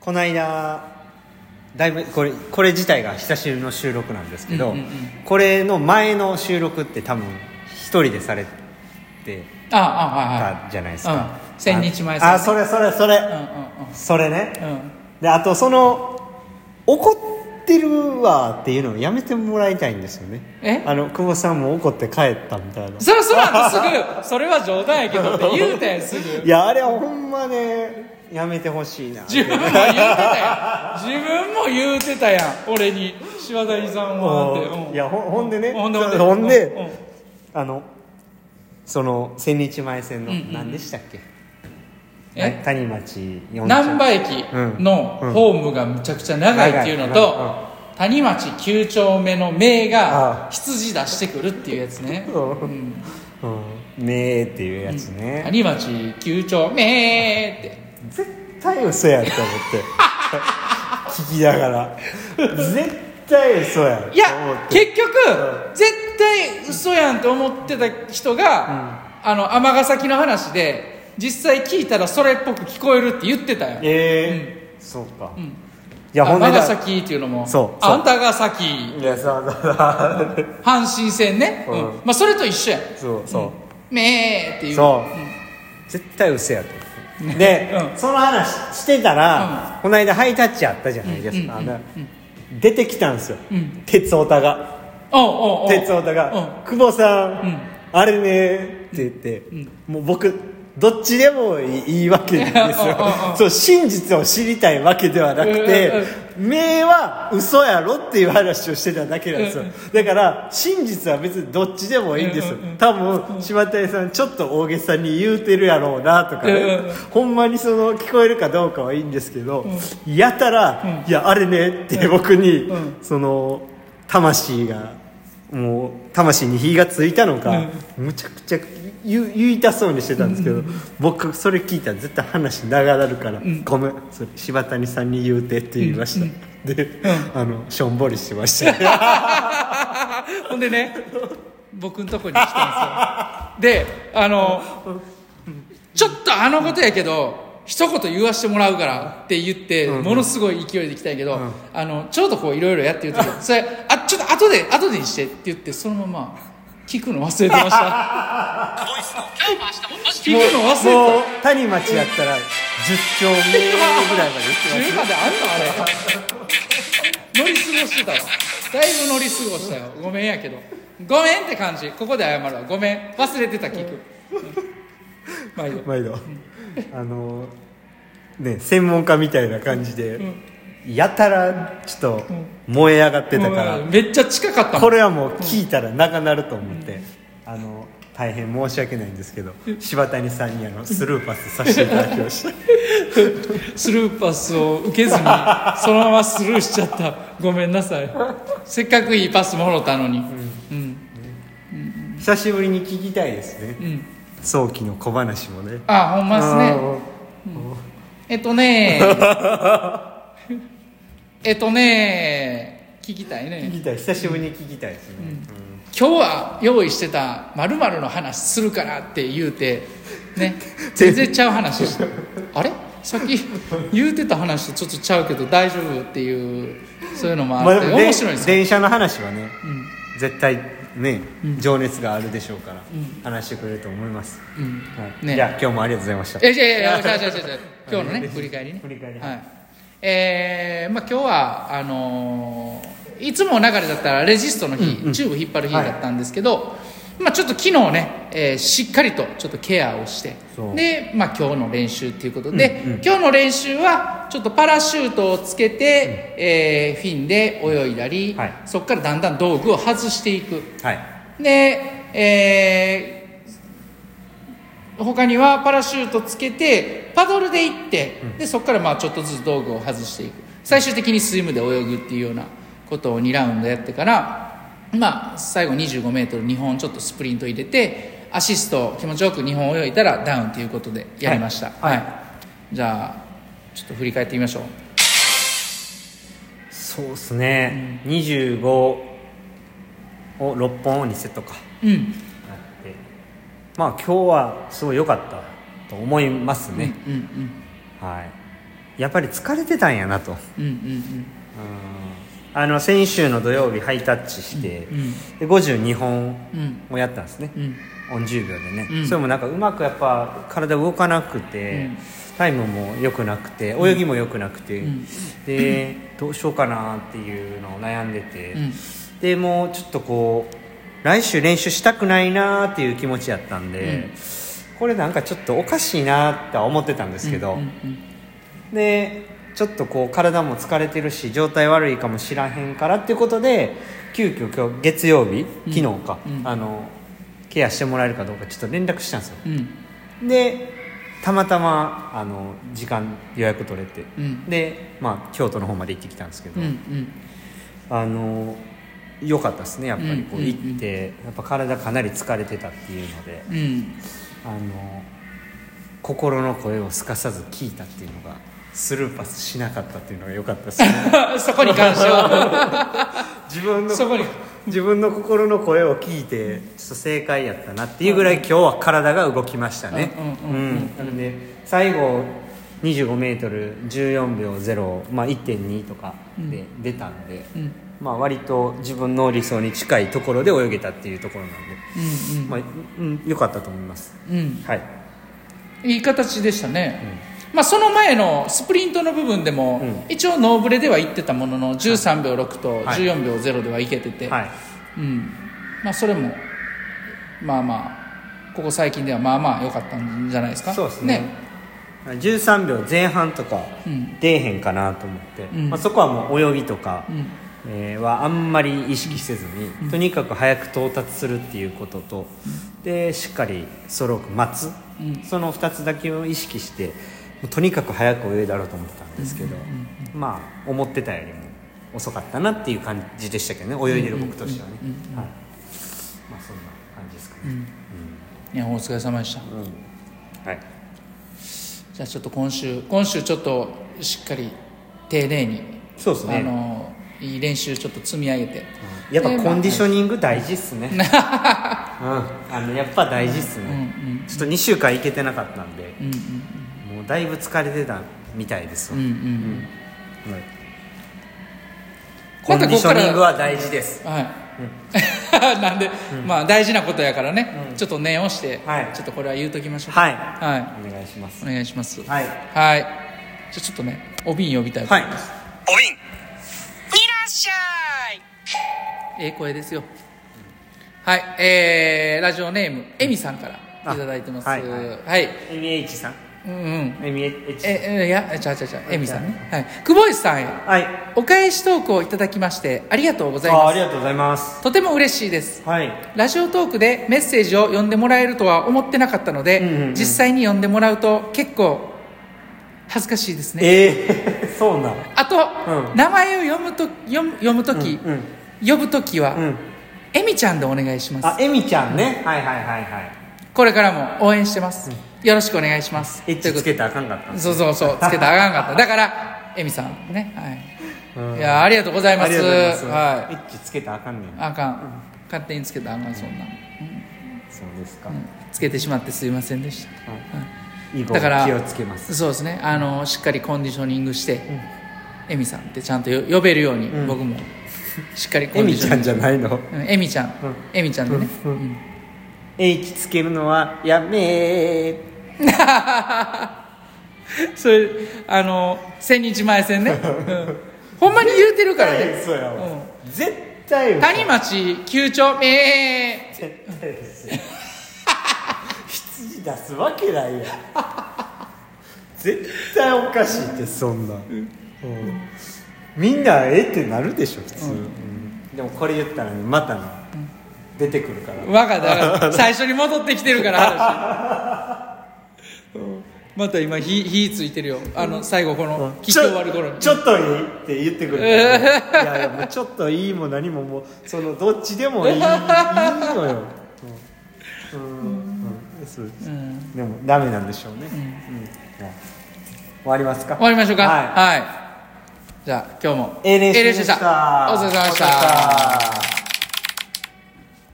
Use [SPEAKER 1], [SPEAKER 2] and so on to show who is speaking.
[SPEAKER 1] この間だいぶこれこれ自体が久しぶりの収録なんですけど、
[SPEAKER 2] うんうんうん
[SPEAKER 1] これの前の収録って多分一人でされて
[SPEAKER 2] ああはいは
[SPEAKER 1] た
[SPEAKER 2] い
[SPEAKER 1] じゃないですか、
[SPEAKER 2] うん千日前
[SPEAKER 1] ああそれそれそれ、
[SPEAKER 2] うん
[SPEAKER 1] それね、
[SPEAKER 2] うんうんうん
[SPEAKER 1] であとその怒ってるわっていうのをやめてもらいたいんですよね
[SPEAKER 2] え
[SPEAKER 1] あの久保さんも怒って帰ったみたいな
[SPEAKER 2] それそれはすぐそれは冗談やけどって言うたやんすぐ
[SPEAKER 1] いやあれほんまねやめてほしいな
[SPEAKER 2] 自分も言うてたやん自分も言うてたやん俺に柴谷さんはって、
[SPEAKER 1] もういやほんほんでね
[SPEAKER 2] ほんで
[SPEAKER 1] そ
[SPEAKER 2] ほんで
[SPEAKER 1] ほんで
[SPEAKER 2] うんうん
[SPEAKER 1] あのその千日前線の
[SPEAKER 2] うんうん
[SPEAKER 1] 何でしたっけ
[SPEAKER 2] え
[SPEAKER 1] 谷町4
[SPEAKER 2] 難波駅の
[SPEAKER 1] うん
[SPEAKER 2] ホームがむちゃくちゃ長いっていうのと、
[SPEAKER 1] 長いうん
[SPEAKER 2] 谷町9丁目の名
[SPEAKER 1] あ
[SPEAKER 2] が羊出してくるっていうやつね、
[SPEAKER 1] そう
[SPEAKER 2] うん
[SPEAKER 1] うんねえっていうやつね、
[SPEAKER 2] 谷町9丁目って
[SPEAKER 1] 絶対嘘やと思って 聞きながら絶対嘘や
[SPEAKER 2] い
[SPEAKER 1] と思っ
[SPEAKER 2] や
[SPEAKER 1] て
[SPEAKER 2] 結局絶対嘘やんって思ってた人が、あの尼崎の話で実際聞いたらそれっぽく聞こえるって言ってたよ
[SPEAKER 1] ええそうか、
[SPEAKER 2] ん
[SPEAKER 1] いやほんで
[SPEAKER 2] 尼
[SPEAKER 1] だ
[SPEAKER 2] 崎っていうのも
[SPEAKER 1] そうそう
[SPEAKER 2] あんたが先
[SPEAKER 1] いやそうそうそう
[SPEAKER 2] 阪神戦ね、
[SPEAKER 1] うん
[SPEAKER 2] うんまあ、それと一緒やん
[SPEAKER 1] そうそう
[SPEAKER 2] めーっていう
[SPEAKER 1] そう
[SPEAKER 2] うん
[SPEAKER 1] 絶対嘘やと思ってで、
[SPEAKER 2] うん
[SPEAKER 1] その話してたら、この間ハイタッチあったじゃないですか、
[SPEAKER 2] うんうんうんうん
[SPEAKER 1] で出てきたんですよ、
[SPEAKER 2] うん
[SPEAKER 1] 鉄オタが
[SPEAKER 2] おうおうおう
[SPEAKER 1] 鉄オタ
[SPEAKER 2] う
[SPEAKER 1] が
[SPEAKER 2] ん
[SPEAKER 1] 「久保さん、
[SPEAKER 2] うん
[SPEAKER 1] あれね」って言って、
[SPEAKER 2] ん
[SPEAKER 1] もう僕どっちでもいいいいわけ なんですよ
[SPEAKER 2] うんうんうん
[SPEAKER 1] そう真実を知りたいわけではなくて名は嘘やろっていう話をしてただけなんですよ
[SPEAKER 2] うん
[SPEAKER 1] だから真実は別にどっちでもいいんですよ
[SPEAKER 2] うんうんうん
[SPEAKER 1] 多分柴谷さんちょっと大げさに言うてるやろうなとかね、
[SPEAKER 2] うんうん
[SPEAKER 1] ほんまにその聞こえるかどうかはいいんですけど、やたら「いやあれね」って僕に、
[SPEAKER 2] うん
[SPEAKER 1] その魂がもう魂に火がついたのか、むちゃくちゃ言う言いたそうにしてたんですけど、僕それ聞いたら絶対話長なるから「ごめんそれ柴谷さんに言うて」って言いました、で、あのしょんぼりしてました
[SPEAKER 2] ほんでね僕んとこに来たんですよであのちょっとあのことやけど一言言わしてもらうからって言って、ものすごい勢いで来たんやけど、あのちょうどこういろいろやってる時それあちょっと後で後でにしてって言ってそのまま聞くの忘れてました 聞くの忘れてた
[SPEAKER 1] もう谷町やったら10丁目ぐらいまで行って
[SPEAKER 2] 中華であんのあれ乗り過ごしてたわだいぶ乗り過ごしたよごめんやけどごめんって感じここで謝るわごめん忘れてた聞く毎度
[SPEAKER 1] ます毎度あのね専門家みたいな感じで、やたらちょっと燃え上がってたから、
[SPEAKER 2] もうめっちゃ近かったも
[SPEAKER 1] こ
[SPEAKER 2] ん
[SPEAKER 1] れはもう聞いたら長なると思って、あの大変申し訳ないんですけど柴谷さんにあのスルーパスさせていただきました
[SPEAKER 2] スルーパスを受けずにそのままスルーしちゃったごめんなさいせっかくいいパスもろたのにうん
[SPEAKER 1] 久しぶりに聞きたいですね、
[SPEAKER 2] うん、
[SPEAKER 1] 早期の小話もね
[SPEAKER 2] あほんまっす
[SPEAKER 1] あ
[SPEAKER 2] ね
[SPEAKER 1] ー
[SPEAKER 2] えっとねえっとね聞きたいね
[SPEAKER 1] 聞きたい久しぶりに聞きたいですね、
[SPEAKER 2] 今日は用意してたまるの話するからって言うて ね全然ちゃう話してあれさっき言うてた話とちょっとちゃうけど大丈夫っていうそういうのも
[SPEAKER 1] ま
[SPEAKER 2] あ
[SPEAKER 1] あで
[SPEAKER 2] って
[SPEAKER 1] もで
[SPEAKER 2] 面白いですよ
[SPEAKER 1] 電車の話はね、絶対ね、情熱があるでしょうから、話してくれると思います、
[SPEAKER 2] うん
[SPEAKER 1] はい
[SPEAKER 2] ね
[SPEAKER 1] じゃあ今日もありがとうございました
[SPEAKER 2] えいやいやいや違う違う違う違う 今日のね振り返りね
[SPEAKER 1] 振り返り
[SPEAKER 2] はいえーまあ今日はあのーいつも流れだったらレジストの日、チューブ引っ張る日だったんですけど、まあちょっと昨日ね、えーしっかりとちょっとケアをして
[SPEAKER 1] そう
[SPEAKER 2] で、まあ、今日の練習ということで、今日の練習はちょっとパラシュートをつけて、えーフィンで泳いだり、
[SPEAKER 1] はい
[SPEAKER 2] そこからだんだん道具を外していく
[SPEAKER 1] はい
[SPEAKER 2] で、えー他にはパラシュートつけてパドルで行って、でそこからまあちょっとずつ道具を外していく最終的にスイムで泳ぐっていうようなことを2ラウンドやってから、まあ、最後 25m2 本ちょっとスプリント入れてアシスト気持ちよく2本泳いだらダウンということでやりました、
[SPEAKER 1] はいはい
[SPEAKER 2] じゃあちょっと振り返ってみましょう
[SPEAKER 1] そうですね、25を6本を2セットか
[SPEAKER 2] うん
[SPEAKER 1] あってまあ今日はすごい良かったと思いますね、
[SPEAKER 2] うんうん
[SPEAKER 1] はいやっぱり疲れてたんやなと
[SPEAKER 2] うんうん
[SPEAKER 1] あの先週の土曜日ハイタッチして、で52本
[SPEAKER 2] うん
[SPEAKER 1] をやったんですね、
[SPEAKER 2] うんうん
[SPEAKER 1] 40秒でね、
[SPEAKER 2] うん
[SPEAKER 1] それもなんかうまくやっぱ体動かなくて、
[SPEAKER 2] うん
[SPEAKER 1] タイムも良くなくて泳ぎも良くなくて、
[SPEAKER 2] うん
[SPEAKER 1] でどうしようかなっていうのを悩んでて、
[SPEAKER 2] うん
[SPEAKER 1] でもうちょっとこう来週練習したくないなっていう気持ちやったんで、これなんかちょっとおかしいなって思ってたんですけど、
[SPEAKER 2] うんうん
[SPEAKER 1] でちょっとこう体も疲れてるし状態悪いかもしらへんからっていうことで急遽今日月曜日昨日か、
[SPEAKER 2] うん
[SPEAKER 1] あのケアしてもらえるかどうかちょっと連絡したんですよ
[SPEAKER 2] うん
[SPEAKER 1] でたまたまあの時間予約取れて、
[SPEAKER 2] うん
[SPEAKER 1] で、まあ、京都の方まで行ってきたんですけど、
[SPEAKER 2] うんうん
[SPEAKER 1] あの良かったですねやっぱりこう
[SPEAKER 2] うんうん
[SPEAKER 1] 行
[SPEAKER 2] うん
[SPEAKER 1] って、やっぱ体かなり疲れてたっていうので
[SPEAKER 2] うん
[SPEAKER 1] あの心の声をすかさず聞いたっていうのがスルーパスしなかったっていうのが良かったですね
[SPEAKER 2] そこに関しては
[SPEAKER 1] 自分の
[SPEAKER 2] そこに
[SPEAKER 1] 自分の心の声を聞いてちょっと正解やったなっていうぐらい今日は体が動きましたね
[SPEAKER 2] うんうんうんうん
[SPEAKER 1] なので最後 25m14 秒0、まあ、1.2とかで出たんで、
[SPEAKER 2] うん
[SPEAKER 1] まあ、割と自分の理想に近いところで泳げたっていうところなんで、まあうん、良かったと思います、
[SPEAKER 2] うんうん
[SPEAKER 1] はい、
[SPEAKER 2] いい形でしたね、まあ、その前のスプリントの部分でも、
[SPEAKER 1] う
[SPEAKER 2] 一応ノーブレでは行ってたものの13秒6と
[SPEAKER 1] はい
[SPEAKER 2] 14秒0ではいけてて、
[SPEAKER 1] はい
[SPEAKER 2] うんまあ、それもまあまあここ最近ではまあまあ良かったんじゃないですか
[SPEAKER 1] そうですね13秒前半とか
[SPEAKER 2] うん
[SPEAKER 1] 出えへんかなと思って、
[SPEAKER 2] うん
[SPEAKER 1] まあ、そこはもう泳ぎとか、
[SPEAKER 2] うん
[SPEAKER 1] えーはあんまり意識せずに、とにかく早く到達するっていうことと、でしっかりストローク待つ、
[SPEAKER 2] うん
[SPEAKER 1] その2つだけを意識してもうとにかく早く泳いだろうと思ってたんですけど、まあ思ってたよりも遅かったなっていう感じでしたけどね泳いでる僕としてはね、はいまあそんな感じですかね、
[SPEAKER 2] いやお疲れ様でした
[SPEAKER 1] うんはい
[SPEAKER 2] じゃあちょっと今週今週ちょっとしっかり丁寧に
[SPEAKER 1] そうですね
[SPEAKER 2] あのいい練習ちょっと積み上げて、
[SPEAKER 1] やっぱコンディショ
[SPEAKER 2] ン
[SPEAKER 1] ニング大事っすね、 うん、あのやっぱ大事っすね、
[SPEAKER 2] うん
[SPEAKER 1] ちょっと2週間行けてなかったんで、
[SPEAKER 2] うん
[SPEAKER 1] もうだいぶ疲れてたみたいですわ、
[SPEAKER 2] うんうんうん
[SPEAKER 1] はいコ
[SPEAKER 2] ま
[SPEAKER 1] ンデ
[SPEAKER 2] た
[SPEAKER 1] ィ
[SPEAKER 2] ここ
[SPEAKER 1] シ
[SPEAKER 2] か
[SPEAKER 1] ョ
[SPEAKER 2] ら
[SPEAKER 1] ニングは大事です
[SPEAKER 2] はい、 なんで、まあ大事なことやからね、ちょっと念をして、
[SPEAKER 1] はい
[SPEAKER 2] ちょっとこれは言うときましょう
[SPEAKER 1] はい
[SPEAKER 2] はい、
[SPEAKER 1] お願いします
[SPEAKER 2] お願いします
[SPEAKER 1] はい
[SPEAKER 2] はいじゃあちょっとねお瓶呼びたいと
[SPEAKER 1] はい
[SPEAKER 2] 思います、
[SPEAKER 3] おびんいらっしゃい
[SPEAKER 2] ええ声ですよはいえー、ラジオネームえみさんからいただいてます
[SPEAKER 1] あ
[SPEAKER 2] は、
[SPEAKER 1] はいいはいエミエイチさん
[SPEAKER 2] うんうん
[SPEAKER 1] エミエイチ
[SPEAKER 2] ええいやちゃうちゃうちゃうえみさんねはい久保井さんへ
[SPEAKER 1] はい
[SPEAKER 2] お返しトークをいただきましてありがとうござい
[SPEAKER 1] あ
[SPEAKER 2] ま
[SPEAKER 1] あり
[SPEAKER 2] す
[SPEAKER 1] がとうございます
[SPEAKER 2] とても嬉しいです
[SPEAKER 1] はい
[SPEAKER 2] ラジオトークでメッセージを読んでもらえるとは思ってなかったので、
[SPEAKER 1] んうんうん
[SPEAKER 2] 実際に読んでもらうと結構恥ずかしいですね
[SPEAKER 1] えー、 そうなの
[SPEAKER 2] あと、
[SPEAKER 1] うん
[SPEAKER 2] 名前を読むと読む読む時、
[SPEAKER 1] うんうん
[SPEAKER 2] 呼ぶ時は、
[SPEAKER 1] うん
[SPEAKER 2] えみちゃんでお願いしま
[SPEAKER 1] あ
[SPEAKER 2] す
[SPEAKER 1] エミちゃんねはいはいはいはい
[SPEAKER 2] これからも応援してます、よろしくお願いします
[SPEAKER 1] エッチつけ
[SPEAKER 2] た
[SPEAKER 1] たらあかんかったんです
[SPEAKER 2] そうそうそうつけたらあかんかっただからえみさんねはい、
[SPEAKER 1] うん
[SPEAKER 2] いやありがとうございま
[SPEAKER 1] あ
[SPEAKER 2] す
[SPEAKER 1] りがとうございます、
[SPEAKER 2] は
[SPEAKER 1] エッチつけたらあかんねん
[SPEAKER 2] いあかん勝手につけたらあかんそんな、
[SPEAKER 1] そうですか、
[SPEAKER 2] うんつけてしまってすいませんでした
[SPEAKER 1] 以後
[SPEAKER 2] だから
[SPEAKER 1] 気をつけます
[SPEAKER 2] そうですねあのしっかりコンディショニングして、エミさんってちゃんとよ呼べるように、僕もしっかりコ
[SPEAKER 1] エ
[SPEAKER 2] ンディ
[SPEAKER 1] ミ
[SPEAKER 2] シ
[SPEAKER 1] ち
[SPEAKER 2] ョ
[SPEAKER 1] ゃん
[SPEAKER 2] ニング
[SPEAKER 1] じゃないの
[SPEAKER 2] うんエミちゃん、エミちゃんでね、うん
[SPEAKER 1] エイチつけるのはやめー
[SPEAKER 2] それあの千日前線ね、うんほんまに言うてるから ね
[SPEAKER 1] そうやわ
[SPEAKER 2] うん
[SPEAKER 1] 絶対嘘
[SPEAKER 2] 谷町九丁目えー
[SPEAKER 1] 絶対嘘羊出すわけないやん絶対おかしいってそんな、うんみんなえってなるでしょ普通、うんでもこれ言ったらねまたね、出てくるから
[SPEAKER 2] 分かった分 かった最初に戻ってきてるから話また今火火ついてるよあの最後この切って終わる頃に
[SPEAKER 1] ちょちょっといいって言ってくるからいやいやもうちょっといいも何ももうそのどっちでもいいいいのようんうんうんそうです
[SPEAKER 2] ん
[SPEAKER 1] でもダメなんでしょうね、うんはい終わりますか
[SPEAKER 2] 終わりましょうか
[SPEAKER 1] はい
[SPEAKER 2] はい、じゃあ今日も
[SPEAKER 1] A 練習
[SPEAKER 2] え
[SPEAKER 1] でした
[SPEAKER 2] お疲れ様でした
[SPEAKER 1] お疲れ様でした